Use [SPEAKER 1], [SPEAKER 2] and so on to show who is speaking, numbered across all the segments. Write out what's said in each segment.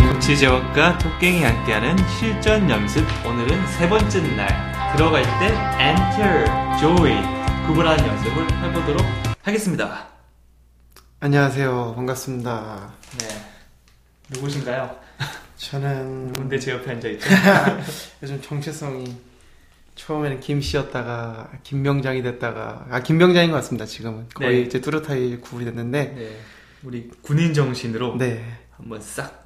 [SPEAKER 1] 정치 제목과 토깽이 함께하는 실전 연습 오늘은 세 번째 날 들어갈 때 enter, join 구분하는 연습을 해보도록 하겠습니다.
[SPEAKER 2] 안녕하세요. 반갑습니다.
[SPEAKER 1] 네 누구신가요?
[SPEAKER 2] 저는
[SPEAKER 1] 누군데 제 옆에 앉아 있죠?
[SPEAKER 2] 요즘 정체성이 처음에는 김 씨였다가 김병장이 됐다가 아 김병장인 것 같습니다. 지금은 거의
[SPEAKER 1] 네.
[SPEAKER 2] 이제 뚜렷하게 구분이 됐는데
[SPEAKER 1] 네 우리 군인 정신으로
[SPEAKER 2] 네.
[SPEAKER 1] 한번 싹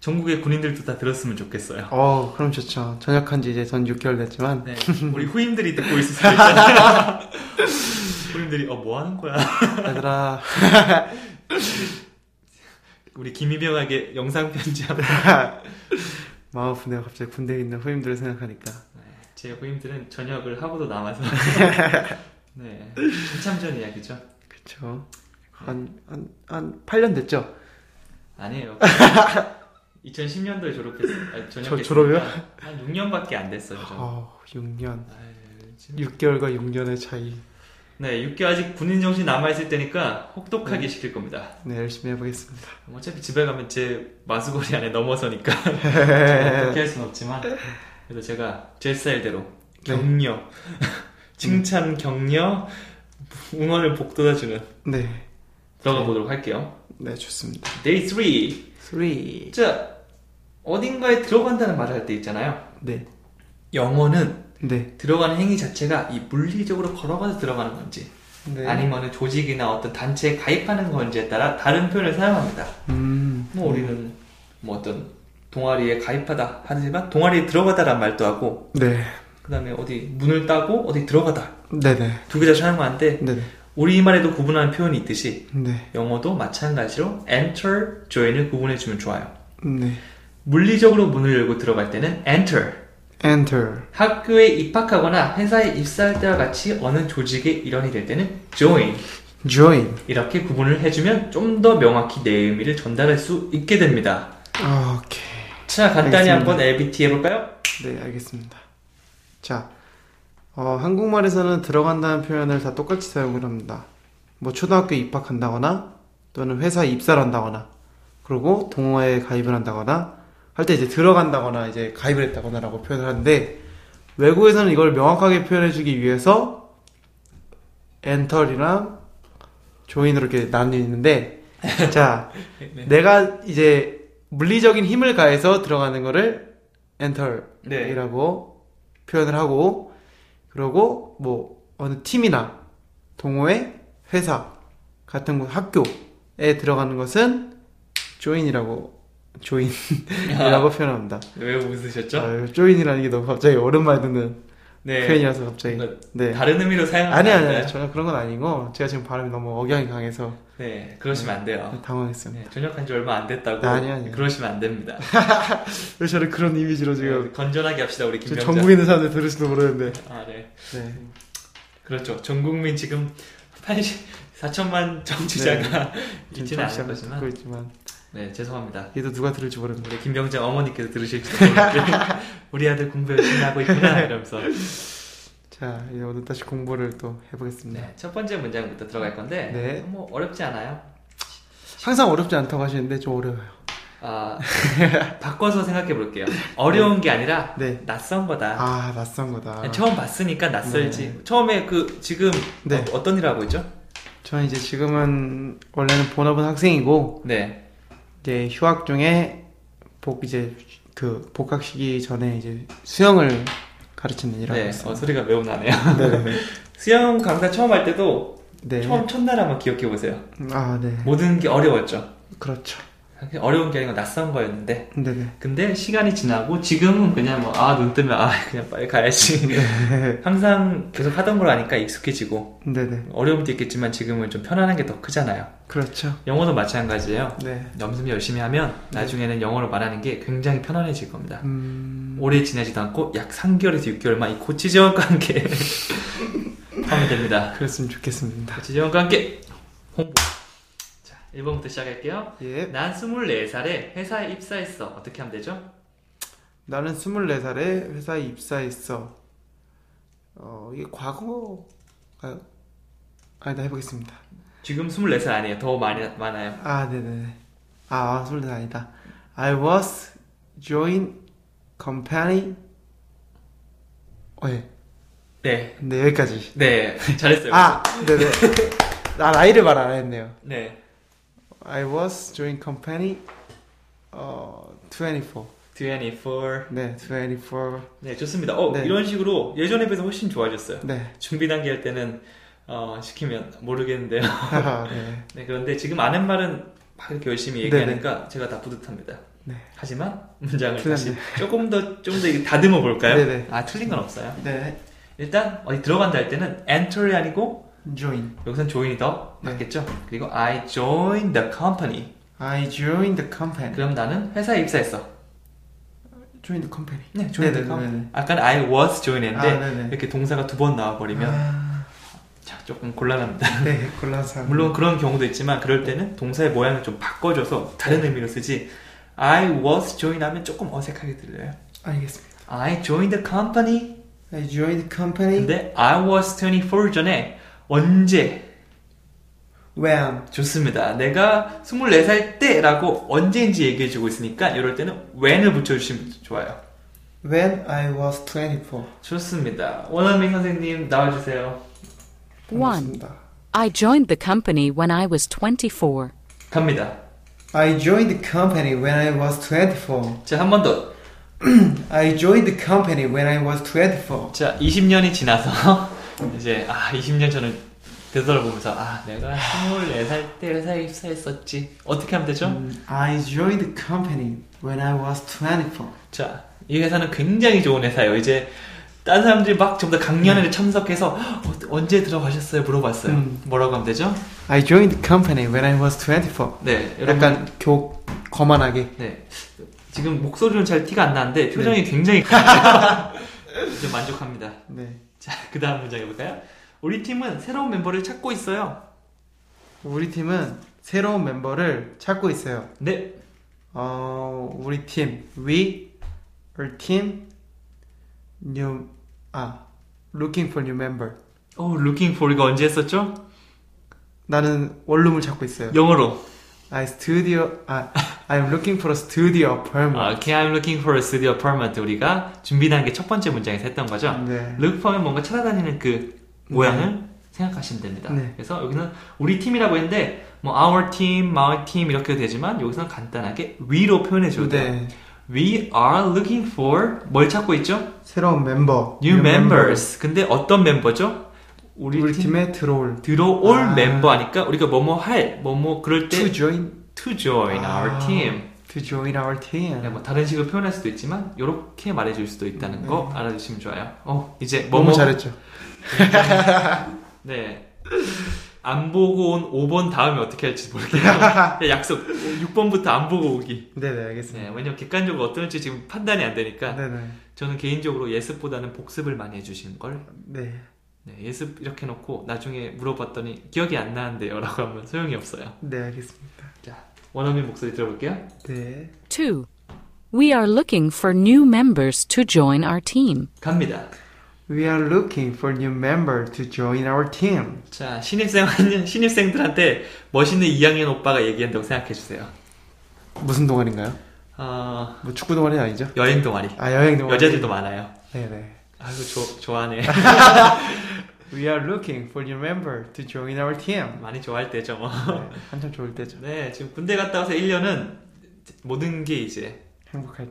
[SPEAKER 1] 전국의 군인들도 다 들었으면 좋겠어요.
[SPEAKER 2] 어 그럼 좋죠. 전역한 지 이제 전 6개월 됐지만
[SPEAKER 1] 네, 우리 후임들이 듣고 있을 수도 있잖아요. 후임들이 어 뭐 하는 거야?
[SPEAKER 2] 얘들아
[SPEAKER 1] 우리 김희병에게 영상 편지하면
[SPEAKER 2] 마음 아프네요. 갑자기 군대에 있는 후임들을 생각하니까
[SPEAKER 1] 제 후임들은 저녁을 하고도 남아서 네 한참 전 이야기죠.
[SPEAKER 2] 그쵸. 한한한 8년 됐죠.
[SPEAKER 1] 아니에요. 2010년도에 졸업했어요.
[SPEAKER 2] 저- 졸업이요?
[SPEAKER 1] 한 6년밖에 안 됐어요. 저.
[SPEAKER 2] 어 6년
[SPEAKER 1] 아유, 예, 지금-
[SPEAKER 2] 6개월과 6년의 차이.
[SPEAKER 1] 네, 6개월 아직 군인 정신 남아있을 때니까 혹독하게 시킬 겁니다.
[SPEAKER 2] 네 열심히 해보겠습니다.
[SPEAKER 1] 어차피 집에 가면 제 마수거리 안에 넘어서니까 제가 어떻게 할 수는 없지만 그래서 제가 제 스타일대로
[SPEAKER 2] 네.
[SPEAKER 1] 격려, 칭찬 격려, 응원을 복돋아주는
[SPEAKER 2] 네.
[SPEAKER 1] 들어가 보도록 할게요.
[SPEAKER 2] 네 좋습니다.
[SPEAKER 1] Day 3.
[SPEAKER 2] 3
[SPEAKER 1] 자, 어딘가에 들어간다는 말을 할 때 있잖아요.
[SPEAKER 2] 네.
[SPEAKER 1] 영어는
[SPEAKER 2] 네.
[SPEAKER 1] 들어가는 행위 자체가 이 물리적으로 걸어가서 들어가는 건지
[SPEAKER 2] 네.
[SPEAKER 1] 아니면 조직이나 어떤 단체에 가입하는 건지에 따라 다른 표현을 사용합니다.
[SPEAKER 2] 음.
[SPEAKER 1] 뭐 우리는 뭐 어떤 동아리에 가입하다 하지만 동아리에 들어가다란 말도 하고
[SPEAKER 2] 네.
[SPEAKER 1] 그 다음에 어디 문을 따고 어디 들어가다
[SPEAKER 2] 네네.
[SPEAKER 1] 두 개 다 사용하는데
[SPEAKER 2] 네네.
[SPEAKER 1] 우리말에도 구분하는 표현이 있듯이
[SPEAKER 2] 네.
[SPEAKER 1] 영어도 마찬가지로 enter, join을 구분해주면 좋아요.
[SPEAKER 2] 네.
[SPEAKER 1] 물리적으로 문을 열고 들어갈 때는 enter.
[SPEAKER 2] enter.
[SPEAKER 1] 학교에 입학하거나 회사에 입사할 때와 같이 어느 조직의 일원이 될 때는 join.
[SPEAKER 2] join.
[SPEAKER 1] 이렇게 구분을 해주면 좀 더 명확히 내 의미를 전달할 수 있게 됩니다.
[SPEAKER 2] 오케이.
[SPEAKER 1] 자, 간단히
[SPEAKER 2] 알겠습니다.
[SPEAKER 1] 한번 LBT 해볼까요?
[SPEAKER 2] 네, 알겠습니다. 자. 어, 한국말에서는 들어간다는 표현을 다 똑같이 사용을 합니다. 뭐 초등학교 입학한다거나 또는 회사에 입사를 한다거나 그리고 동호회에 가입을 한다거나 할 때 이제 들어간다거나 이제 가입을 했다거나라고 표현을 하는데 외국에서는 이걸 명확하게 표현해 주기 위해서 엔터리랑 조인으로 이렇게 나뉘는데 자 내가 이제 물리적인 힘을 가해서 들어가는 거를 엔터이라고 표현을 하고 그러고 뭐 어느 팀이나 동호회, 회사 같은 곳 학교에 들어가는 것은 조인이라고 조인이라고 표현합니다.
[SPEAKER 1] 왜 웃으셨죠?
[SPEAKER 2] 아유, 조인이라는 게 너무 갑자기 오랜만에 듣는
[SPEAKER 1] 네.
[SPEAKER 2] 표현이라서 그, 갑자기
[SPEAKER 1] 뭔가
[SPEAKER 2] 네
[SPEAKER 1] 다른 의미로 사용하는
[SPEAKER 2] 아니
[SPEAKER 1] 거
[SPEAKER 2] 아니 아니
[SPEAKER 1] 아닐까요?
[SPEAKER 2] 전혀 그런 건 아니고 제가 지금 발음이 너무 억양이 강해서
[SPEAKER 1] 네, 그러시면 안 돼요.
[SPEAKER 2] 당황했습니다.
[SPEAKER 1] 네, 전역한 지 얼마 안 됐다고.
[SPEAKER 2] 아니, 아니.
[SPEAKER 1] 그러시면 안 됩니다.
[SPEAKER 2] 왜 저를 그런 이미지로 지금
[SPEAKER 1] 네, 건전하게 합시다, 우리
[SPEAKER 2] 지금
[SPEAKER 1] 김병자.
[SPEAKER 2] 전국에 있는 사람들 들을지도 모르는데
[SPEAKER 1] 아, 네.
[SPEAKER 2] 네.
[SPEAKER 1] 그렇죠. 전 국민 지금 80,
[SPEAKER 2] 네.
[SPEAKER 1] 4천만 정치자가 있지는 않을 거지만.
[SPEAKER 2] 듣고 있지만
[SPEAKER 1] 네, 죄송합니다.
[SPEAKER 2] 얘도 누가 들을지 모르는데
[SPEAKER 1] 우리 김병장 어머니께서 들으실지도 모르는데 우리 아들 공부 열심히 하고 있구나 이러면서
[SPEAKER 2] 자 이제 오늘 다시 공부를 또 해보겠습니다.
[SPEAKER 1] 네, 첫 번째 문장부터 들어갈 건데
[SPEAKER 2] 네.
[SPEAKER 1] 뭐 어렵지 않아요.
[SPEAKER 2] 항상 어렵지 않다고 하시는데 좀 어려워요.
[SPEAKER 1] 아, 바꿔서 생각해 볼게요. 어려운 게 아니라 네.
[SPEAKER 2] 네.
[SPEAKER 1] 낯선 거다.
[SPEAKER 2] 아 낯선 거다.
[SPEAKER 1] 그냥 처음 봤으니까 낯설지. 처음에 그 지금
[SPEAKER 2] 네.
[SPEAKER 1] 어, 떤 일을 하고 있죠?
[SPEAKER 2] 저는 이제 지금은 원래는 본업은 학생이고
[SPEAKER 1] 네.
[SPEAKER 2] 이제 휴학 중에 복 이제 그 복학 시기 전에 이제 수영을 가르치는 일을
[SPEAKER 1] 네.
[SPEAKER 2] 하고 있어요.
[SPEAKER 1] 어, 소리가 매우 나네요.
[SPEAKER 2] 네네네.
[SPEAKER 1] 수영 강사 처음 할 때도
[SPEAKER 2] 네.
[SPEAKER 1] 처음 첫날 한번 기억해 보세요.
[SPEAKER 2] 아 네.
[SPEAKER 1] 모든 게 어려웠죠.
[SPEAKER 2] 그렇죠.
[SPEAKER 1] 어려운 게 아니고 낯선 거였는데
[SPEAKER 2] 네네.
[SPEAKER 1] 근데 시간이 지나고 지금은 그냥 뭐 아 눈 뜨면 아 그냥 빨리 가야지 항상 계속 하던 걸 하니까 익숙해지고
[SPEAKER 2] 네네.
[SPEAKER 1] 어려움도 있겠지만 지금은 좀 편안한 게 더 크잖아요
[SPEAKER 2] 그렇죠.
[SPEAKER 1] 영어도 마찬가지예요
[SPEAKER 2] 네.
[SPEAKER 1] 연습 열심히 하면 나중에는 영어로 말하는 게 굉장히 편안해질 겁니다
[SPEAKER 2] 음.
[SPEAKER 1] 오래 지나지도 않고 약 3개월에서 6개월만 이 고치 재원과 함께 하면 됩니다
[SPEAKER 2] 그랬으면 좋겠습니다.
[SPEAKER 1] 고치 재원과 함께 홍보 자 1번부터 시작할게요
[SPEAKER 2] 예.
[SPEAKER 1] 난 24살에 회사에 입사했어 어떻게 하면 되죠?
[SPEAKER 2] 나는 24살에 회사에 입사했어. 어, 이게 과거가 아니다 해보겠습니다.
[SPEAKER 1] 지금 24살 아니에요 더 많이 많아요
[SPEAKER 2] 아, 네네. 아, 24살 아니다. I was join company. 어, 예.
[SPEAKER 1] 네.
[SPEAKER 2] 네, 여기까지.
[SPEAKER 1] 네. 잘했어요.
[SPEAKER 2] 아, 네네. 나 나이를 말 안 했네요.
[SPEAKER 1] 네.
[SPEAKER 2] I was join company, 어, 24.
[SPEAKER 1] 24.
[SPEAKER 2] 네, 24.
[SPEAKER 1] 네, 좋습니다. 어,
[SPEAKER 2] 네.
[SPEAKER 1] 이런 식으로 예전에 비해서 훨씬 좋아졌어요.
[SPEAKER 2] 네.
[SPEAKER 1] 준비 단계 할 때는 어, 시키면 모르겠는데요.
[SPEAKER 2] 아, 네.
[SPEAKER 1] 네, 그런데 지금 아는 말은 막 이렇게 열심히 얘기하니까 제가 다 뿌듯합니다.
[SPEAKER 2] 네.
[SPEAKER 1] 하지만 문장을
[SPEAKER 2] 틀렸네.
[SPEAKER 1] 다시 조금 더, 좀 더 다듬어 볼까요?
[SPEAKER 2] 네네.
[SPEAKER 1] 아, 틀린 건 없어요.
[SPEAKER 2] 네.
[SPEAKER 1] 일단, 어디 들어간다 할 때는 enter이 아니고,
[SPEAKER 2] join.
[SPEAKER 1] 여기선 join이 더
[SPEAKER 2] 네.
[SPEAKER 1] 맞겠죠? 그리고 I joined the company.
[SPEAKER 2] I joined the company.
[SPEAKER 1] 그럼 나는 회사에 입사했어.
[SPEAKER 2] join the company.
[SPEAKER 1] 네, joined the
[SPEAKER 2] 네네네네.
[SPEAKER 1] company. 아까는 I was joined인데,
[SPEAKER 2] 아, 네네.
[SPEAKER 1] 이렇게 동사가 두 번 나와버리면,
[SPEAKER 2] 아,
[SPEAKER 1] 자, 조금 곤란합니다.
[SPEAKER 2] 네, 곤란상.
[SPEAKER 1] 물론 그런 경우도 있지만 그럴 때는 동사의 모양을 좀 바꿔줘서 다른
[SPEAKER 2] 네.
[SPEAKER 1] 의미로 쓰지 I was joined 하면 조금 어색하게 들려요
[SPEAKER 2] 알겠습니다.
[SPEAKER 1] I joined the company
[SPEAKER 2] I joined the company
[SPEAKER 1] 근데 I was 24 전에 언제
[SPEAKER 2] when.
[SPEAKER 1] 좋습니다 내가 24살 때 라고 언제인지 얘기해주고 있으니까 이럴 때는 when을 붙여주시면 좋아요
[SPEAKER 2] When I was 24.
[SPEAKER 1] 좋습니다 원어민 선생님 나와주세요
[SPEAKER 2] 반갑습니다.
[SPEAKER 3] I joined the company when I was 24.
[SPEAKER 1] 갑니다
[SPEAKER 2] I joined the company when I was 24.
[SPEAKER 1] 자 한 번더자
[SPEAKER 2] I joined the company when I was 24.
[SPEAKER 1] 20년이 지나서 이제 아 20년 전을 되돌아보면서 아 내가 24살 때 회사에 입사했었지 어떻게 하면 되죠?
[SPEAKER 2] 음, I joined the company when I was 24.
[SPEAKER 1] 자, 이 회사는 굉장히 좋은 회사예요. 이제 딴 사람들이 막 전부 다 강연회를 참석해서 어, 언제 들어가셨어요? 물어봤어요.
[SPEAKER 2] 음.
[SPEAKER 1] 뭐라고 하면 되죠?
[SPEAKER 2] I joined the company when I was 24.
[SPEAKER 1] 네, 여러분.
[SPEAKER 2] 약간 교 거만하게.
[SPEAKER 1] 네. 지금 목소리는 잘 티가 안 나는데 표정이 굉장히 좀 만족합니다.
[SPEAKER 2] 네.
[SPEAKER 1] 자, 그 다음 문장 해볼까요? 우리 팀은 새로운 멤버를 찾고 있어요.
[SPEAKER 2] 우리 팀은 새로운 멤버를 찾고 있어요.
[SPEAKER 1] 네,
[SPEAKER 2] 어, 우리 팀 we our team new 아 looking for new member.
[SPEAKER 1] 오, "Oh, looking for 이거 언제 했었죠?
[SPEAKER 2] 나는 원룸을 찾고 있어요.
[SPEAKER 1] 영어로.
[SPEAKER 2] I studio 아 I'm looking for a studio apartment.
[SPEAKER 1] 아, okay, I'm looking for a studio apartment. 우리가 준비 단계 첫 번째 문장에서 했던 거죠.
[SPEAKER 2] 네.
[SPEAKER 1] look for면 뭔가 찾아다니는 그 모양을 생각하시면 됩니다.
[SPEAKER 2] 네.
[SPEAKER 1] 그래서 여기는 우리 팀이라고 했는데 뭐 our team, my team 이렇게 되지만 여기서는 간단하게 we로 표현해 줘도 돼요.
[SPEAKER 2] 네.
[SPEAKER 1] We are looking for 뭘 찾고 있죠?
[SPEAKER 2] 새로운 멤버.
[SPEAKER 1] New,
[SPEAKER 2] members.
[SPEAKER 1] members. 근데 어떤 멤버죠? 우리,
[SPEAKER 2] 우리,
[SPEAKER 1] 팀,
[SPEAKER 2] 팀에 들어올
[SPEAKER 1] 들어올
[SPEAKER 2] 아.
[SPEAKER 1] 멤버 하니까 우리가 뭐뭐 할, 뭐뭐 그럴 때
[SPEAKER 2] to join
[SPEAKER 1] to join
[SPEAKER 2] 아,
[SPEAKER 1] our team.
[SPEAKER 2] to join our team.
[SPEAKER 1] 네, 뭐 다른 식으로 표현할 수도 있지만 이렇게 말해줄 수도 있다는
[SPEAKER 2] 네.
[SPEAKER 1] 거 알아주시면 좋아요. 어, 이제
[SPEAKER 2] 너무
[SPEAKER 1] 뭐뭐
[SPEAKER 2] 잘했죠.
[SPEAKER 1] 네. 안 보고 온 5번 다음에 어떻게 할지 모르겠어요. 그냥 약속. 6번부터 안 보고 오기.
[SPEAKER 2] 네네
[SPEAKER 1] 네,
[SPEAKER 2] 알겠습니다.
[SPEAKER 1] 왜냐면 객관적으로 어떨지 지금 판단이 안 되니까
[SPEAKER 2] 네네.
[SPEAKER 1] 저는 개인적으로 예습보다는 복습을 많이 해주시는 걸.
[SPEAKER 2] 네.
[SPEAKER 1] 네, 예습 이렇게 놓고 나중에 물어봤더니 기억이 안 나는데요. 라고 하면 소용이 없어요.
[SPEAKER 2] 네 알겠습니다.
[SPEAKER 1] 자, 원어민 목소리 들어볼게요.
[SPEAKER 2] 네.
[SPEAKER 3] 2. We are looking for new members to join our team.
[SPEAKER 1] 갑니다.
[SPEAKER 2] We are looking for new member to join our team.
[SPEAKER 1] 자, 신입생, 신입생들한테 멋있는 2학년 오빠가 얘기한다고 생각해주세요.
[SPEAKER 2] 무슨 동아리인가요?
[SPEAKER 1] 어,
[SPEAKER 2] 뭐 축구 동아리 아니죠?
[SPEAKER 1] 여행 동아리.
[SPEAKER 2] 아 여행 동아리.
[SPEAKER 1] 여자들도 많아요.
[SPEAKER 2] 네네.
[SPEAKER 1] 아이고, 좋- 좋아하네.
[SPEAKER 2] We are looking for new member to join our team.
[SPEAKER 1] 많이 좋아할 때죠 뭐.
[SPEAKER 2] 네, 한참 좋을 때죠.
[SPEAKER 1] 네 지금 군대 갔다 와서 1년은 모든 게 이제
[SPEAKER 2] 행복할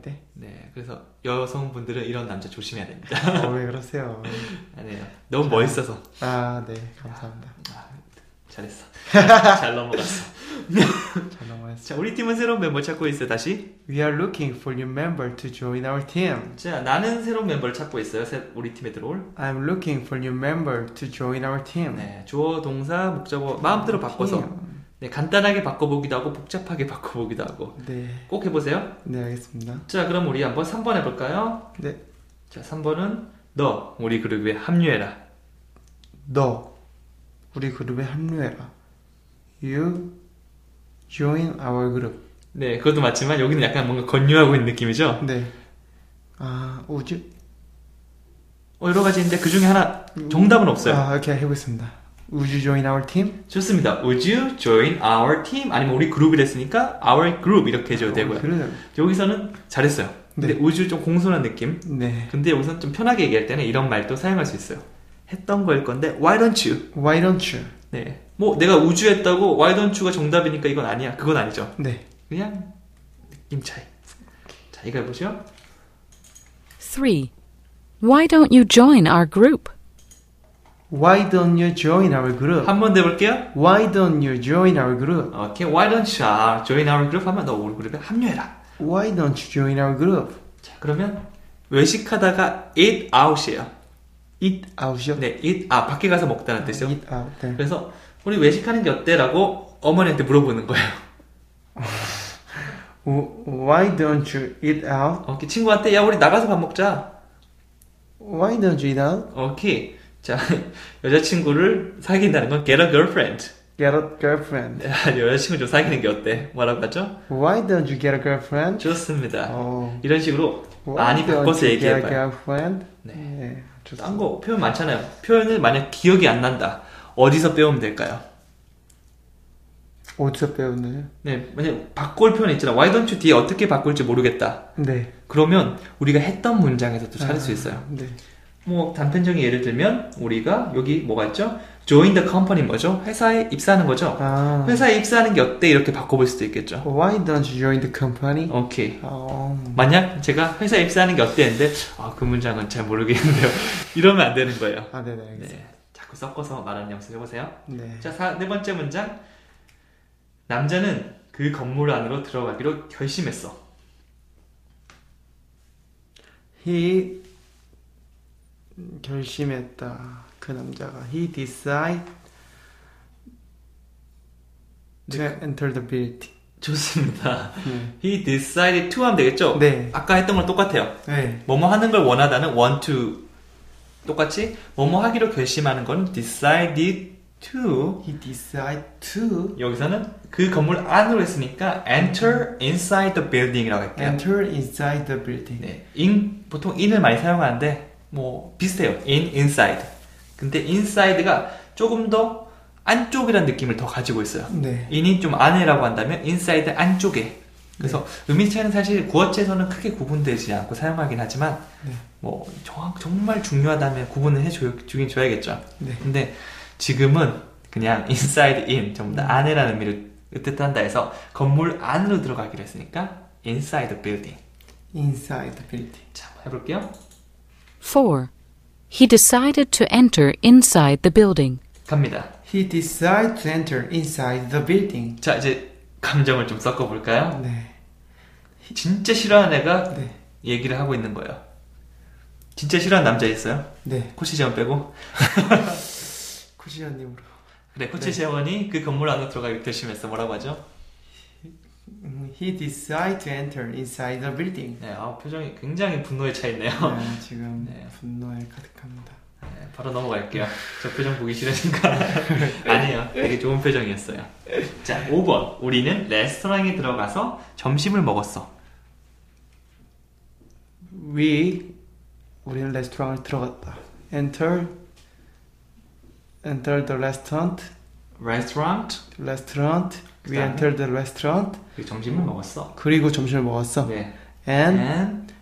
[SPEAKER 2] 때.
[SPEAKER 1] 네 그래서 여성분들은 이런 남자 조심해야 됩니다
[SPEAKER 2] 어, 왜 그러세요?
[SPEAKER 1] 아니에요 너무 멋있어서
[SPEAKER 2] 아, 네, 감사합니다.
[SPEAKER 1] 잘했어 잘 넘어갔어
[SPEAKER 2] 잘 넘어갔어요.
[SPEAKER 1] 자 우리 팀은 새로운 멤버 찾고 있어요 다시
[SPEAKER 2] We are looking for new member to join our team.
[SPEAKER 1] 자 나는 새로운 멤버를 찾고 있어요 새- 우리 팀에 들어올
[SPEAKER 2] I'm looking for new member to join our team.
[SPEAKER 1] 네 주어 동사 목적어
[SPEAKER 2] 아,
[SPEAKER 1] 마음대로 바꿔서
[SPEAKER 2] Team.
[SPEAKER 1] 네 간단하게 바꿔보기도 하고 복잡하게 바꿔보기도 하고
[SPEAKER 2] 네,
[SPEAKER 1] 꼭 해보세요
[SPEAKER 2] 네 알겠습니다.
[SPEAKER 1] 자 그럼 우리 한번 3번 해볼까요
[SPEAKER 2] 네,
[SPEAKER 1] 자 3번은 너 우리 그룹에 합류해라
[SPEAKER 2] 너 우리 그룹에 합류해라. You join our group.
[SPEAKER 1] 네, 그것도 맞지만 여기는 약간 뭔가 권유하고 있는 느낌이죠.
[SPEAKER 2] 네. 아, 우주.
[SPEAKER 1] 어, 여러 가지인데 그 중에 하나 정답은 없어요.
[SPEAKER 2] 아, 오케이 해보겠습니다. Would you join our team?
[SPEAKER 1] 좋습니다. Would you join our team? 아니면 우리 그룹이 됐으니까 our group 이렇게 해줘도 되고요.
[SPEAKER 2] 그래요.
[SPEAKER 1] 여기서는 잘했어요. 근데
[SPEAKER 2] 아. 네.
[SPEAKER 1] would you 좀 공손한 느낌.
[SPEAKER 2] 네.
[SPEAKER 1] 근데 여기서는 좀 편하게 얘기할 때는 이런 말도 사용할 수 있어요. 했던 걸 건데 why don't you?
[SPEAKER 2] Why don't you?
[SPEAKER 1] 네. 뭐 내가 우주 했다고 why don't you가 정답이니까 이건 아니야. 그건 아니죠.
[SPEAKER 2] 네.
[SPEAKER 1] 그냥 느낌 차이. 자, 이거 해보죠.
[SPEAKER 3] 3. Why don't you join our group?
[SPEAKER 2] Why don't you join our group?
[SPEAKER 1] 한 번 더 해볼게요.
[SPEAKER 2] Why don't you join our group?
[SPEAKER 1] 오케이. Why don't you uh, join our group 하면 너 우리 그룹에 합류해라.
[SPEAKER 2] Why don't you join our group?
[SPEAKER 1] 자, 그러면 외식하다가 eat out이에요.
[SPEAKER 2] Eat out이요?
[SPEAKER 1] 네, eat out. 밖에 가서 먹다는 뜻이죠.
[SPEAKER 2] Eat out. 네.
[SPEAKER 1] 그래서 우리 외식하는 게 어때라고 어머니한테 물어보는 거예요.
[SPEAKER 2] Why don't you eat out?
[SPEAKER 1] 오케이. 친구한테 야 우리 나가서 밥 먹자.
[SPEAKER 2] Why don't you eat out?
[SPEAKER 1] 오케이. 자, 여자친구를 사귄다는 건 get a girlfriend.
[SPEAKER 2] Get a girlfriend.
[SPEAKER 1] 네, 여자친구 좀 사귀는 게 어때? 뭐라고 하죠?
[SPEAKER 2] Why don't you get a girlfriend?
[SPEAKER 1] 좋습니다.
[SPEAKER 2] 어.
[SPEAKER 1] 이런 식으로 아. 많이
[SPEAKER 2] Why don't
[SPEAKER 1] 바꿔서
[SPEAKER 2] you get a
[SPEAKER 1] 얘기해봐요.
[SPEAKER 2] girlfriend?
[SPEAKER 1] 네.
[SPEAKER 2] 네. 좋습니다.
[SPEAKER 1] 딴 거 표현 많잖아요. 표현을 만약 기억이 안 난다. 어디서 배우면 될까요?
[SPEAKER 2] 어디서 배웠나요?
[SPEAKER 1] 네, 만약 바꿀 표현 있잖아. Why don't you 뒤에 어떻게 바꿀지 모르겠다.
[SPEAKER 2] 네.
[SPEAKER 1] 그러면 우리가 했던 문장에서 또 찾을 수 있어요.
[SPEAKER 2] 네.
[SPEAKER 1] 뭐 단편적인 예를 들면 우리가 여기 뭐가 있죠? Join the company 뭐죠? 회사에 입사하는 거죠.
[SPEAKER 2] 아.
[SPEAKER 1] 회사에 입사하는 게 어때? 이렇게 바꿔볼 수도 있겠죠.
[SPEAKER 2] Why don't you join the company?
[SPEAKER 1] 오케이.
[SPEAKER 2] 어.
[SPEAKER 1] 만약 제가 회사에 입사하는 게 어때? 했는데 아, 그 문장은 잘 모르겠는데요. 이러면 안 되는 거예요.
[SPEAKER 2] 아, 네네. 알겠습니다.
[SPEAKER 1] 네, 자꾸 섞어서 말하는 연습해보세요.
[SPEAKER 2] 네.
[SPEAKER 1] 자, 사, 네 번째 문장. 남자는 그 건물 안으로 들어가기로 결심했어.
[SPEAKER 2] He 결심했다. 그 남자가 he decide to enter the building.
[SPEAKER 1] 좋습니다.
[SPEAKER 2] 네.
[SPEAKER 1] He decided to 하면 되겠죠?
[SPEAKER 2] 네.
[SPEAKER 1] 아까 했던 거랑 똑같아요.
[SPEAKER 2] 네.
[SPEAKER 1] 뭐뭐 하는 걸 원하다는 want to. 똑같이 뭐뭐 하기로 결심하는 건 decided to.
[SPEAKER 2] He decide to
[SPEAKER 1] 여기서는 그 건물 안으로 했으니까 enter inside the building이라고 할게요.
[SPEAKER 2] enter inside the building.
[SPEAKER 1] 네, in 보통 in을 많이 사용하는데 뭐 비슷해요. in inside. 근데 inside가 조금 더 안쪽이라는 느낌을 더 가지고 있어요.
[SPEAKER 2] 네.
[SPEAKER 1] in이 좀 안에라고 한다면 inside 안쪽에.
[SPEAKER 2] 네.
[SPEAKER 1] 그래서 의미 차이는 사실 구어체에서는 크게 구분되지 않고 사용하긴 하지만
[SPEAKER 2] 네.
[SPEAKER 1] 뭐 정확- 정말 중요하다면 구분을 해주긴 줘야겠죠.
[SPEAKER 2] 네.
[SPEAKER 1] 근데 지금은 그냥 inside in 전부
[SPEAKER 2] 음.
[SPEAKER 1] 다 안에라는 의미를 뜻한다 해서 건물 안으로 들어가기로 했으니까 inside the building.
[SPEAKER 2] inside the building.
[SPEAKER 1] 자, 한번 해볼게요.
[SPEAKER 3] 4. He decided to enter inside the building.
[SPEAKER 1] 갑니다.
[SPEAKER 2] He decide to enter inside the building.
[SPEAKER 1] 자, 이제 감정을 좀 섞어볼까요?
[SPEAKER 2] 네.
[SPEAKER 1] 진짜 싫어하는 애가
[SPEAKER 2] 네.
[SPEAKER 1] 얘기를 하고 있는 거예요. 진짜 싫어하는 남자 있어요?
[SPEAKER 2] 네.
[SPEAKER 1] 코치재원 빼고.
[SPEAKER 2] 쿠시언 님으로.
[SPEAKER 1] 그래, 코치재원이 그 건물 안으로 들어가기 결심했어. 뭐라고 하죠?
[SPEAKER 2] 음, He decide to enter inside the building.
[SPEAKER 1] 네, 아, 표정이 굉장히 분노에 차 있네요.
[SPEAKER 2] 네, 지금
[SPEAKER 1] 네.
[SPEAKER 2] 분노에 가득합니다.
[SPEAKER 1] 네, 바로 넘어갈게요. 저 표정 보기 싫으니까. 아니에요. 되게 좋은 표정이었어요. 자, 5번. 우리는 레스토랑에 들어가서 점심을 먹었어.
[SPEAKER 2] We 우리는 레스토랑을 들어갔다. Enter Enter the restaurant.
[SPEAKER 1] 레스토랑?
[SPEAKER 2] Restaurant. We
[SPEAKER 1] 그다음에?
[SPEAKER 2] entered the restaurant.
[SPEAKER 1] 우리 그 점심을 먹었어.
[SPEAKER 2] 그리고 점심을 먹었어.
[SPEAKER 1] 네.
[SPEAKER 2] And
[SPEAKER 1] And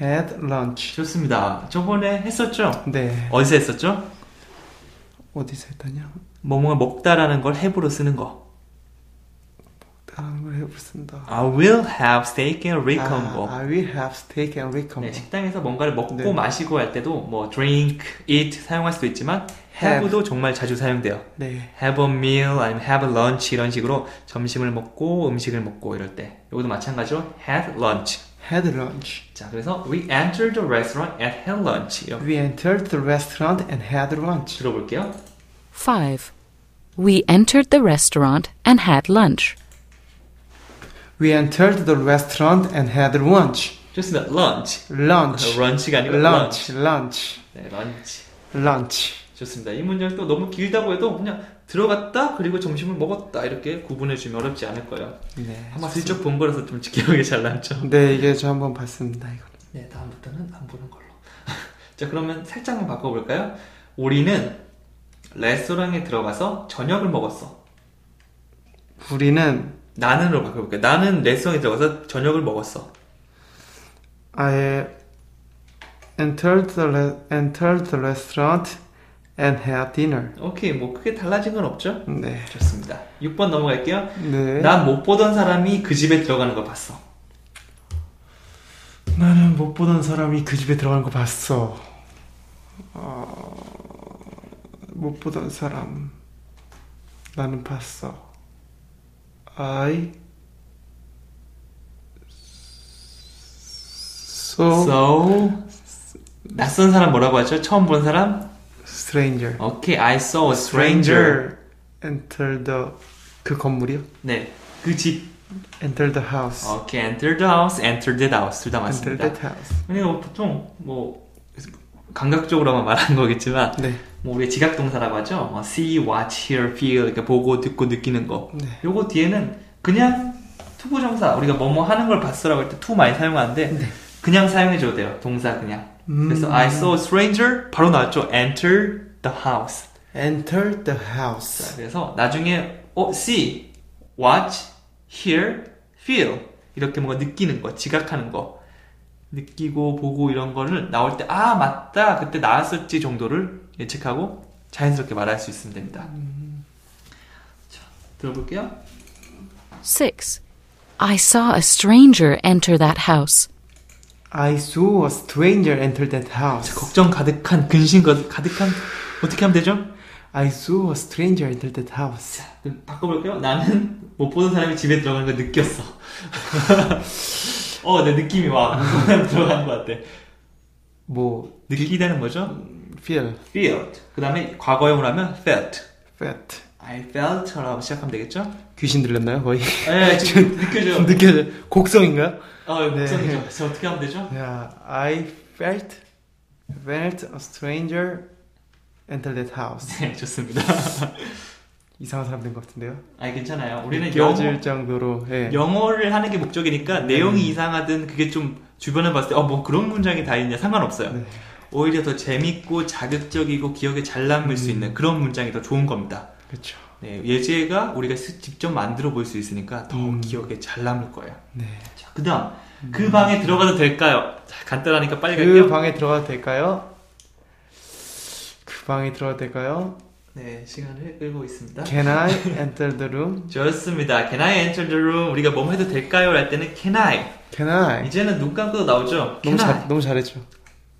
[SPEAKER 2] had lunch.
[SPEAKER 1] 좋습니다. 저번에 했었죠?
[SPEAKER 2] 네.
[SPEAKER 1] 어디서 했었죠?
[SPEAKER 2] 어디서 했다냐?
[SPEAKER 1] 뭐뭐 먹다라는 걸 have로 쓰는 거.
[SPEAKER 2] 다른 걸 해볼 쓴다.
[SPEAKER 1] I will have steak and r e c o m b o
[SPEAKER 2] 아, I will have steak and recombo.
[SPEAKER 1] 네, 식당에서 뭔가를 먹고
[SPEAKER 2] 네.
[SPEAKER 1] 마시고 할 때도 뭐 drink, eat 사용할 수도 있지만
[SPEAKER 2] Have.
[SPEAKER 1] have도 정말 자주 사용돼요.
[SPEAKER 2] 네.
[SPEAKER 1] have a meal 아니면 have a lunch 이런 식으로 점심을 먹고 음식을 먹고 이럴 때 이것도 마찬가지로 had lunch.
[SPEAKER 2] Had lunch.
[SPEAKER 1] 자, 그래서 we entered the restaurant at had lunch. 이렇게
[SPEAKER 2] We entered the restaurant and had lunch.
[SPEAKER 1] 들어볼게요.
[SPEAKER 3] 5. We entered the restaurant and had lunch.
[SPEAKER 2] We entered the restaurant and had lunch.
[SPEAKER 1] 좋습니다. lunch.
[SPEAKER 2] Lunch.
[SPEAKER 1] lunch가 아니고 lunch.
[SPEAKER 2] lunch. lunch.
[SPEAKER 1] 네, lunch.
[SPEAKER 2] lunch.
[SPEAKER 1] 좋습니다. 이 문장이 또 너무 길다고 해도 그냥 들어갔다 그리고 점심을 먹었다 이렇게 구분해 주면 어렵지 않을 거예요.
[SPEAKER 2] 네.
[SPEAKER 1] 아마 슬쩍 본 거라서 좀 기억이 잘 남죠.
[SPEAKER 2] 네, 이게 저 한번 봤습니다. 이거.
[SPEAKER 1] 네, 다음부터는 안 보는 걸로. 자, 그러면 살짝만 바꿔볼까요? 우리는 레스토랑에 들어가서 저녁을 먹었어.
[SPEAKER 2] 우리는
[SPEAKER 1] 나는으로 바꿔볼게. 나는 레스토랑에 들어가서 저녁을 먹었어.
[SPEAKER 2] I entered the, re- entered the restaurant and had dinner.
[SPEAKER 1] 오케이, 뭐 크게 달라진 건 없죠?
[SPEAKER 2] 네.
[SPEAKER 1] 좋습니다. 6번 넘어갈게요.
[SPEAKER 2] 네.
[SPEAKER 1] 난 못 보던 사람이 그 집에 들어가는 걸 봤어.
[SPEAKER 2] 나는 못 보던 사람이 그 집에 들어가는 거 봤어. 어, 못 보던 사람. 나는 봤어. I saw
[SPEAKER 1] So 낯선 사람 뭐라고 하죠? 처음 본 사람?
[SPEAKER 2] stranger.
[SPEAKER 1] 오케이, I saw a stranger.
[SPEAKER 2] enter the 그 건물이요?
[SPEAKER 1] 네, 그 집.
[SPEAKER 2] enter the house.
[SPEAKER 1] 오케이, enter the house, enter the house 둘 다
[SPEAKER 2] enter
[SPEAKER 1] 어, 맞습니다.
[SPEAKER 2] that house.
[SPEAKER 1] 근데 뭐 보통 뭐 감각적으로만 말하는 거겠지만
[SPEAKER 2] 네.
[SPEAKER 1] 뭐 우리 지각 동사라고 하죠. 뭐 see, watch, hear, feel 이렇게 보고 듣고 느끼는 거.
[SPEAKER 2] 네.
[SPEAKER 1] 요거 뒤에는 그냥 투부정사 우리가 뭐뭐 하는 걸 봤어라고 할 때 to 많이 사용하는데 그냥 사용해줘도 돼요. 동사 그냥. 그래서 I saw a stranger 바로 나왔죠. Enter the house.
[SPEAKER 2] enter the
[SPEAKER 1] 자,
[SPEAKER 2] house.
[SPEAKER 1] 그래서 나중에 어, see, watch, hear, feel 이렇게 뭔가 느끼는 거, 지각하는 거 느끼고 보고 이런 거를 나올 때 아 맞다 그때 나왔었지 정도를 예측하고 자연스럽게 말할 수 있으면 됩니다. 음. 자, 들어볼게요.
[SPEAKER 3] 6. I saw a stranger enter that house.
[SPEAKER 2] I saw a stranger enter that
[SPEAKER 1] 자,
[SPEAKER 2] house.
[SPEAKER 1] 걱정 가득한 근심 가- 가득한 어떻게 하면 되죠?
[SPEAKER 2] I saw a stranger enter that house.
[SPEAKER 1] 그럼 바꿔볼게요. 나는 못 보던 사람이 집에 들어가는 걸 느꼈어. 어, 내 느낌이 와. 무슨 사람 들어가는 것 같아.
[SPEAKER 2] 뭐
[SPEAKER 1] 느끼다는 뭐죠?
[SPEAKER 2] feel,
[SPEAKER 1] felt. 그 다음에 과거형으로 하면 felt.
[SPEAKER 2] fat.
[SPEAKER 1] I felt라고 시작하면 되겠죠?
[SPEAKER 2] 귀신 들렸나요 거의?
[SPEAKER 1] 예, 지금 느껴져요.
[SPEAKER 2] 느껴져. 곡성인가요?
[SPEAKER 1] 어,
[SPEAKER 2] 네.
[SPEAKER 1] 목소리죠. 그래서 어떻게 하면 되죠?
[SPEAKER 2] 야, I felt felt a stranger enter that house.
[SPEAKER 1] 네, 좋습니다.
[SPEAKER 2] 이상한 사람 된 것 같은데요?
[SPEAKER 1] 아, 괜찮아요. 우리는 영어,
[SPEAKER 2] 느껴질 정도로.
[SPEAKER 1] 네.
[SPEAKER 2] 예.
[SPEAKER 1] 영어를 하는 게 목적이니까 내용이 이상하든 그게 좀 주변을 봤을 때, 어, 뭐 그런 문장이 다 있냐 상관없어요.
[SPEAKER 2] 네.
[SPEAKER 1] 오히려 더 재밌고 자극적이고 기억에 잘 남을 수 있는 그런 문장이 더 좋은 겁니다.
[SPEAKER 2] 그렇죠.
[SPEAKER 1] 네, 예제가 우리가 스- 직접 만들어 볼 수 있으니까 더
[SPEAKER 2] 음.
[SPEAKER 1] 기억에 잘 남을 거예요.
[SPEAKER 2] 네.
[SPEAKER 1] 자, 그다음 그 방에 들어가도 될까요? 자, 간단하니까 빨리
[SPEAKER 2] 그
[SPEAKER 1] 갈게요.
[SPEAKER 2] 방에 들어가도 될까요? 그 방에 들어가도 될까요?
[SPEAKER 1] 네, 시간을 끌고 있습니다.
[SPEAKER 2] Can I enter the room?
[SPEAKER 1] 좋습니다. Can I enter the room? 우리가 뭐 해도 될까요? 할 때는 Can I.
[SPEAKER 2] Can I?
[SPEAKER 1] 이제는 눈 감고도 나오죠.
[SPEAKER 2] 네. 너무
[SPEAKER 1] Can I.
[SPEAKER 2] 잘 너무 잘했죠.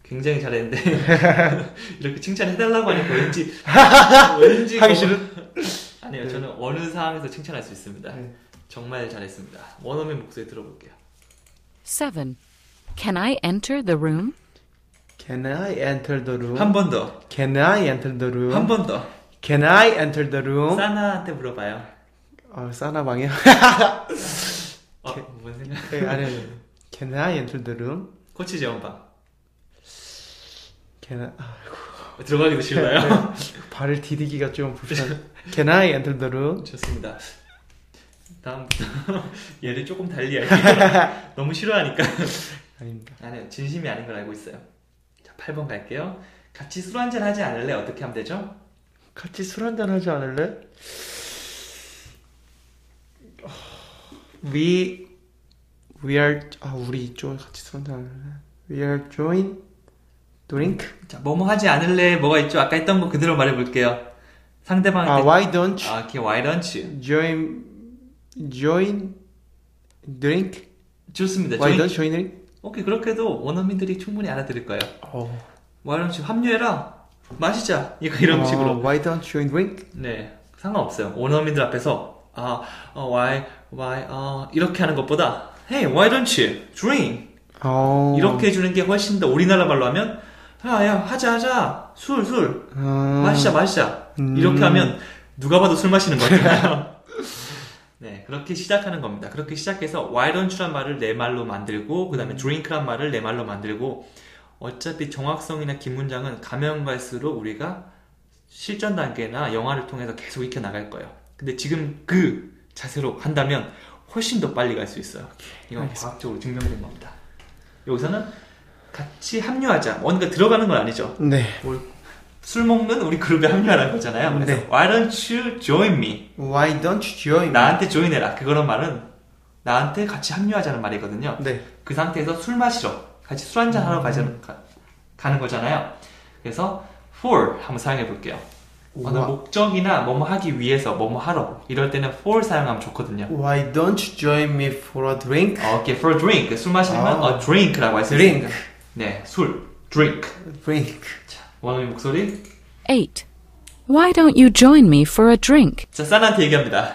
[SPEAKER 1] 굉장히 잘했는데 이렇게 칭찬해달라고 하니까 왠지 왠지
[SPEAKER 2] 하기
[SPEAKER 1] 거부-
[SPEAKER 2] 싫은?
[SPEAKER 1] 아니요
[SPEAKER 2] 네.
[SPEAKER 1] 저는 어느 상황에서 칭찬할 수 있습니다
[SPEAKER 2] 네.
[SPEAKER 1] 정말 잘했습니다 원어민 목소리 들어볼게요
[SPEAKER 3] 7. Can I enter the room?
[SPEAKER 2] Can I enter the room?
[SPEAKER 1] 한 번 더 한
[SPEAKER 2] Can I enter the room?
[SPEAKER 1] 번 더
[SPEAKER 2] Can I enter the room?
[SPEAKER 1] 사나한테 물어봐요
[SPEAKER 2] 어, 싸나 방이야.
[SPEAKER 1] 어, 뭔 생각
[SPEAKER 2] 네, 아니, 아니. Can I enter the room?
[SPEAKER 1] 코치 재원방
[SPEAKER 2] Can I, 아,
[SPEAKER 1] 들어가기도 쉬워요
[SPEAKER 2] 발을 디디기가 좀 불편. Can I enter the room?
[SPEAKER 1] 좋습니다 다음부터 얘를 조금 달리 할게요 너무 싫어하니까
[SPEAKER 2] 아닙니다.
[SPEAKER 1] 아니요 진심이 아닌 걸 알고 있어요 자 8번 갈게요 같이 술 한잔 하지 않을래 어떻게 하면 되죠?
[SPEAKER 2] 같이 술 한잔 하지 않을래? 어, We we are 아 우리 이쪽 같이 술 한잔 할래? We are join drink.
[SPEAKER 1] 자, 뭐뭐 하지 않을래 뭐가 있죠? 아까 했던 거 그대로 말해볼게요.
[SPEAKER 2] 아
[SPEAKER 1] 상대방한테
[SPEAKER 2] why don't you
[SPEAKER 1] 아, 이렇게 why don't you?
[SPEAKER 2] join join drink?
[SPEAKER 1] 좋습니다.
[SPEAKER 2] Why
[SPEAKER 1] 저희-
[SPEAKER 2] don't you join drink?
[SPEAKER 1] 오케이 그렇게도 원어민들이 충분히 알아들을 거예요.
[SPEAKER 2] 어.
[SPEAKER 1] why don't you 합류해라 마시자 이거 이런
[SPEAKER 2] 어,
[SPEAKER 1] 식으로
[SPEAKER 2] Why don't you drink?
[SPEAKER 1] 네 상관없어요. 원어민들 앞에서 아 어, why why 어 이렇게 하는 것보다 hey why don't you drink
[SPEAKER 2] 어.
[SPEAKER 1] 이렇게 해주는 게 훨씬 더 우리나라 말로 하면 아, 야야 하자 하자 술 술.
[SPEAKER 2] 아.
[SPEAKER 1] 마시자 마시자 이렇게
[SPEAKER 2] 음.
[SPEAKER 1] 하면 누가 봐도 술 마시는 거잖아요. 네 그렇게 시작하는 겁니다. 그렇게 시작해서 why don't you란 말을 내 말로 만들고 그 다음에 drink란 말을 내 말로 만들고 어차피 정확성이나 긴 문장은 가면 갈수록 우리가 실전 단계나 영화를 통해서 계속 익혀 나갈 거예요. 근데 지금 그 자세로 한다면 훨씬 더 빨리 갈 수 있어요. 이건 과학적으로 증명된 겁니다. 여기서는 같이 합류하자. 뭔가 들어가는 건 아니죠.
[SPEAKER 2] 네.
[SPEAKER 1] 뭘 술 먹는 우리 그룹에 합류하는 거잖아요. 그래서
[SPEAKER 2] 네.
[SPEAKER 1] Why don't you join me?
[SPEAKER 2] Why don't you join? me?
[SPEAKER 1] 나한테 조인해라. 그거란 말은 나한테 같이 합류하자는 말이거든요.
[SPEAKER 2] 네.
[SPEAKER 1] 그 상태에서 술 마시러 같이 술 한잔 하러
[SPEAKER 2] 음.
[SPEAKER 1] 가자는, 가, 가는 거잖아요. 그래서 for 한번 사용해 볼게요. 어느
[SPEAKER 2] 와-
[SPEAKER 1] 목적이나 뭐뭐 하기 위해서 뭐뭐 하러 이럴 때는 for 사용하면 좋거든요.
[SPEAKER 2] Why don't you join me for a drink?
[SPEAKER 1] 어, 오케이 for drink 술 마시면
[SPEAKER 2] 아.
[SPEAKER 1] 어, drink라고 할 수
[SPEAKER 2] Drink.
[SPEAKER 1] 있습니다. 네, 술 drink.
[SPEAKER 2] Drink.
[SPEAKER 1] 자, 원어민 목소리.
[SPEAKER 3] 8. Why don't you join me for a drink?
[SPEAKER 1] 자, 싼한테 얘기합니다.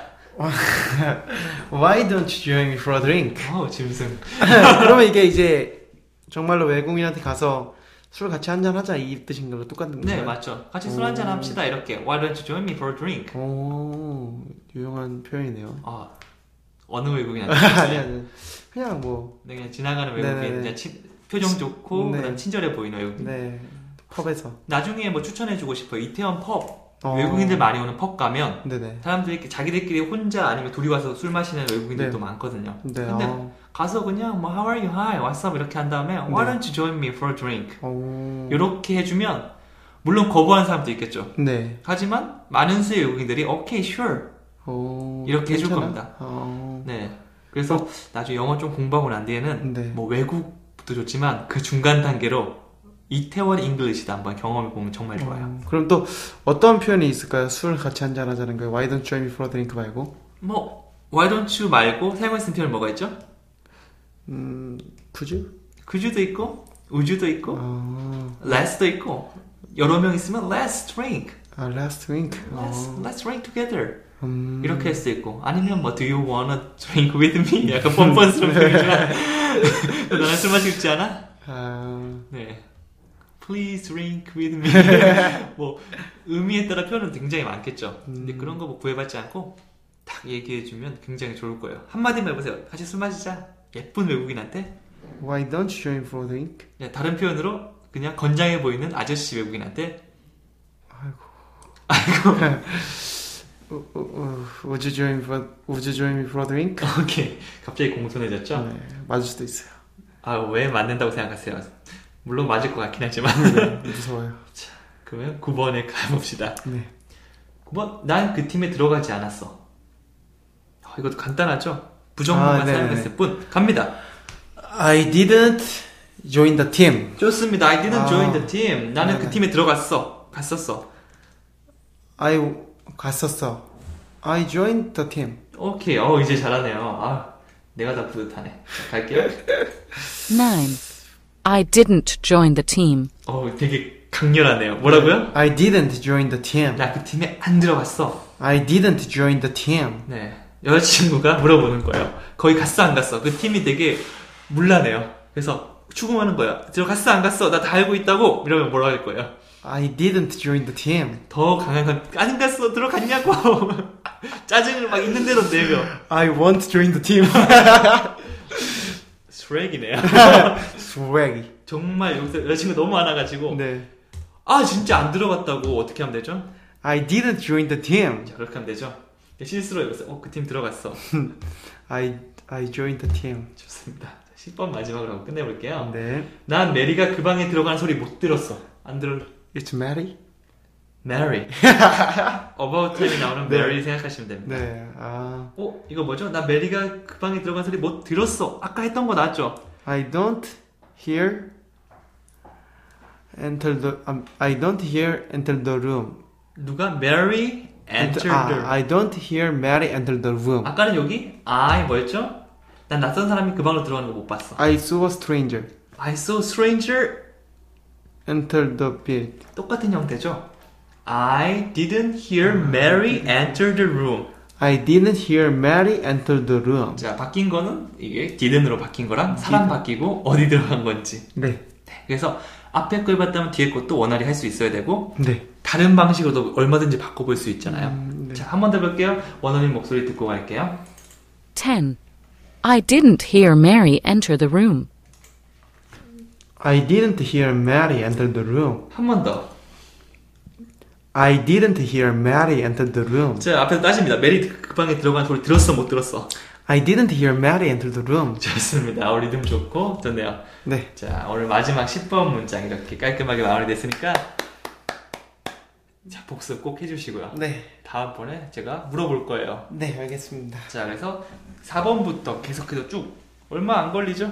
[SPEAKER 2] Why don't you join me for a drink?
[SPEAKER 1] 어, 짐승.
[SPEAKER 2] 그러면 이게 이제 정말로 외국인한테 가서 술 같이 한잔 하자 이 뜻인 걸로 똑같은
[SPEAKER 1] 네,
[SPEAKER 2] 거예요?
[SPEAKER 1] 맞죠. 같이 술 한잔 합시다 이렇게. Why don't you join me for a drink?
[SPEAKER 2] 오, 유용한 표현이네요.
[SPEAKER 1] 아, 어느 외국인
[SPEAKER 2] 아니,
[SPEAKER 1] 아니에요?
[SPEAKER 2] 아니. 그냥 뭐,
[SPEAKER 1] 네, 그냥 지나가는 외국인
[SPEAKER 2] 네네네.
[SPEAKER 1] 그냥 친- 표정 좋고
[SPEAKER 2] 네.
[SPEAKER 1] 그다음 친절해 보이는 외국인.
[SPEAKER 2] 네. 펍에서.
[SPEAKER 1] 나중에 뭐 추천해주고 싶어 요 이태원 펍
[SPEAKER 2] 어.
[SPEAKER 1] 외국인들 많이 오는 펍 가면
[SPEAKER 2] 네네.
[SPEAKER 1] 사람들이 자기들끼리 혼자 아니면 둘이 와서 술 마시는 외국인들도
[SPEAKER 2] 네.
[SPEAKER 1] 많거든요.
[SPEAKER 2] 네,
[SPEAKER 1] 근데
[SPEAKER 2] 어. 네.
[SPEAKER 1] 가서 그냥 뭐 How are you? Hi, what's up? 이렇게 한 다음에 Why don't you join me for a drink?
[SPEAKER 2] 어, 오.
[SPEAKER 1] 이렇게 해주면 물론 거부하는 사람도 있겠죠.
[SPEAKER 2] 네.
[SPEAKER 1] 하지만 많은 수의 외국인들이 Okay, sure.
[SPEAKER 2] 오.
[SPEAKER 1] 이렇게 해줄
[SPEAKER 2] 괜찮아?
[SPEAKER 1] 겁니다.
[SPEAKER 2] 어.
[SPEAKER 1] 네. 그래서 나중에 영어 좀 공부하고 난 뒤에는
[SPEAKER 2] 네.
[SPEAKER 1] 뭐 외국도 좋지만 그 중간 단계로 이태원 잉글리시도 한번 경험해 보면 정말 좋아요.
[SPEAKER 2] 어, 그럼 또 어떤 표현이 있을까요? 술 같이 한잔 하자는 거예요. Why don't you join me for a drink 말고?
[SPEAKER 1] 뭐 Why don't you 말고 사용할 수 있는 표현 뭐가 있죠?
[SPEAKER 2] 음, 굳이?
[SPEAKER 1] 그주도 있고 우주도 있고
[SPEAKER 2] 어,
[SPEAKER 1] let's도 있고 여러 명 있으면 let's drink,
[SPEAKER 2] 아, last drink.
[SPEAKER 1] let's
[SPEAKER 2] 어,
[SPEAKER 1] let's drink together
[SPEAKER 2] 음,
[SPEAKER 1] 이렇게 할 수도 있고 아니면 뭐 do you wanna drink with me 약간 뻔뻔스러운
[SPEAKER 2] 네.
[SPEAKER 1] 표현이지만 나랑 술 마시고 싶지 않아?
[SPEAKER 2] 아,
[SPEAKER 1] 네. Please drink with me. 뭐 의미에 따라 표현은 굉장히 많겠죠. 근데 그런 거 뭐 구애받지 않고 딱 얘기해주면 굉장히 좋을 거예요. 한마디만 해보세요. 같이 술 마시자. 예쁜 외국인한테
[SPEAKER 2] why don't you join me for a drink?
[SPEAKER 1] 네, 다른 표현으로 그냥 건장해 보이는 아저씨 외국인한테
[SPEAKER 2] 어, 어, 어, Uh, would you join me for would you join me for a drink? Uh,
[SPEAKER 1] 오케이 갑자기 공손해졌죠?
[SPEAKER 2] 네, 맞을 수도 있어요.
[SPEAKER 1] 아 왜 맞는다고 생각하세요? 물론 맞을 것 같긴 하지만
[SPEAKER 2] 무서워요.
[SPEAKER 1] 그러면 9번에 가봅시다
[SPEAKER 2] 네,
[SPEAKER 1] 9번 난 그 팀에 들어가지 않았어 아, 이것도 간단하죠? 부정문만
[SPEAKER 2] 아, 네네네.
[SPEAKER 1] 사용했을 뿐 갑니다
[SPEAKER 2] I didn't join the team.
[SPEAKER 1] 좋습니다 I didn't
[SPEAKER 2] 아.
[SPEAKER 1] join the team 나는 그
[SPEAKER 2] 네네.
[SPEAKER 1] 팀에 들어갔어 갔었어
[SPEAKER 2] I 갔었어. I joined the team.
[SPEAKER 1] 오케이 어 이제 잘하네요 아 내가 다 뿌듯하네 자, 갈게요
[SPEAKER 3] 9. I didn't join the team.
[SPEAKER 1] 어 되게 강렬하네요 뭐라고요?
[SPEAKER 2] I didn't join the team.
[SPEAKER 1] 나 그 팀에 안 들어갔어.
[SPEAKER 2] I didn't join the team.
[SPEAKER 1] 네. 여자친구가 물어보는 거예요. 거기 갔어, 안 갔어? 그 팀이 되게 물란해요. 그래서 추궁하는 거야. 들어갔어, 안 갔어? 나 다 알고 있다고? 이러면 뭐라 할 거예요?
[SPEAKER 2] I didn't join the team.
[SPEAKER 1] 더 강한 건, 안 갔어, 들어갔냐고! 짜증을 막 있는 대로 내며.
[SPEAKER 2] I won't join the team.
[SPEAKER 1] 스웩이네요.
[SPEAKER 2] Swaggy.
[SPEAKER 1] 정말 여기서 여자친구 너무 많아가지고.
[SPEAKER 2] 네.
[SPEAKER 1] 아, 진짜 안 들어갔다고 어떻게 하면 되죠?
[SPEAKER 2] I didn't join the team.
[SPEAKER 1] 자, 그렇게 하면 되죠? 실수로 여기서, 어, 그 팀 들어갔어.
[SPEAKER 2] I I joined the team.
[SPEAKER 1] 좋습니다. 10번 마지막으로 한번 끝내볼게요.
[SPEAKER 2] 네.
[SPEAKER 1] 난 메리가 그 방에 들어가는 소리 못 들었어. 안 들어.
[SPEAKER 2] It's Mary.
[SPEAKER 1] Mary. About Time이 나오는
[SPEAKER 2] 네.
[SPEAKER 1] Mary 생각하시면 됩니다.
[SPEAKER 2] 네. 아
[SPEAKER 1] 어? 이거 뭐죠? 난 메리가 그 방에 들어간 소리 못 들었어. 아까 했던 거 나왔죠?
[SPEAKER 2] I don't hear enter the um, I don't hear enter the room.
[SPEAKER 1] 누가 Mary entered
[SPEAKER 2] 아,
[SPEAKER 1] the room.
[SPEAKER 2] I don't hear Mary enter the room.
[SPEAKER 1] 아까는 여기 I 뭐였죠? 난 낯선 사람이 그 방으로 들어가는 거 못 봤어.
[SPEAKER 2] I saw a stranger
[SPEAKER 1] I saw stranger.
[SPEAKER 2] enter the building.
[SPEAKER 1] 똑같은 형태죠? I didn't hear Mary enter the room.
[SPEAKER 2] I didn't hear Mary enter the room.
[SPEAKER 1] 자, 바뀐 거는 이게 didn't으로 바뀐
[SPEAKER 2] 음,
[SPEAKER 1] 거랑 사람 바뀌고 어디 들어간 건지.
[SPEAKER 2] 네.
[SPEAKER 1] 그래서 앞에 걸 봤다면 뒤에 것도 원활히 할 수 있어야 되고
[SPEAKER 2] 네.
[SPEAKER 1] 다른 방식으로도 얼마든지 바꿔볼 수 있잖아요.
[SPEAKER 2] 음, 네.
[SPEAKER 1] 자, 한 번 더 볼게요. 원어민 목소리 듣고 갈게요.
[SPEAKER 3] 10. I didn't hear Mary enter the room.
[SPEAKER 2] I didn't hear Mary enter the room.
[SPEAKER 1] 한 번 더.
[SPEAKER 2] I didn't hear Mary enter the room.
[SPEAKER 1] 자, 앞에서 따집니다. 메리 그 방에 들어간 소리 들었어, 못 들었어?
[SPEAKER 2] I didn't hear Mary enter the room.
[SPEAKER 1] 좋습니다. 어, 리듬 좋고 좋네요.
[SPEAKER 2] 네.
[SPEAKER 1] 자, 오늘 마지막 10번 문장 이렇게 깔끔하게 마무리됐으니까 자, 복습 꼭 해주시고요.
[SPEAKER 2] 네.
[SPEAKER 1] 다음번에 제가 물어볼 거예요.
[SPEAKER 2] 네, 알겠습니다.
[SPEAKER 1] 자, 그래서 4번부터 계속해서 쭉 얼마 안 걸리죠?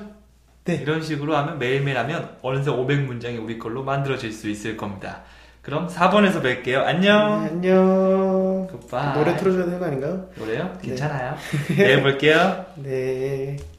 [SPEAKER 2] 네.
[SPEAKER 1] 이런 식으로 하면 매일매일 하면 어느새 500문장이 우리 걸로 만들어질 수 있을 겁니다. 그럼 4번에서 뵐게요. 안녕.
[SPEAKER 2] 네, 안녕.
[SPEAKER 1] 굿바이.
[SPEAKER 2] 노래 틀어줘야 되는 거 아닌가요?
[SPEAKER 1] 노래요?
[SPEAKER 2] 네.
[SPEAKER 1] 괜찮아요. 내일 볼게요.
[SPEAKER 2] 네.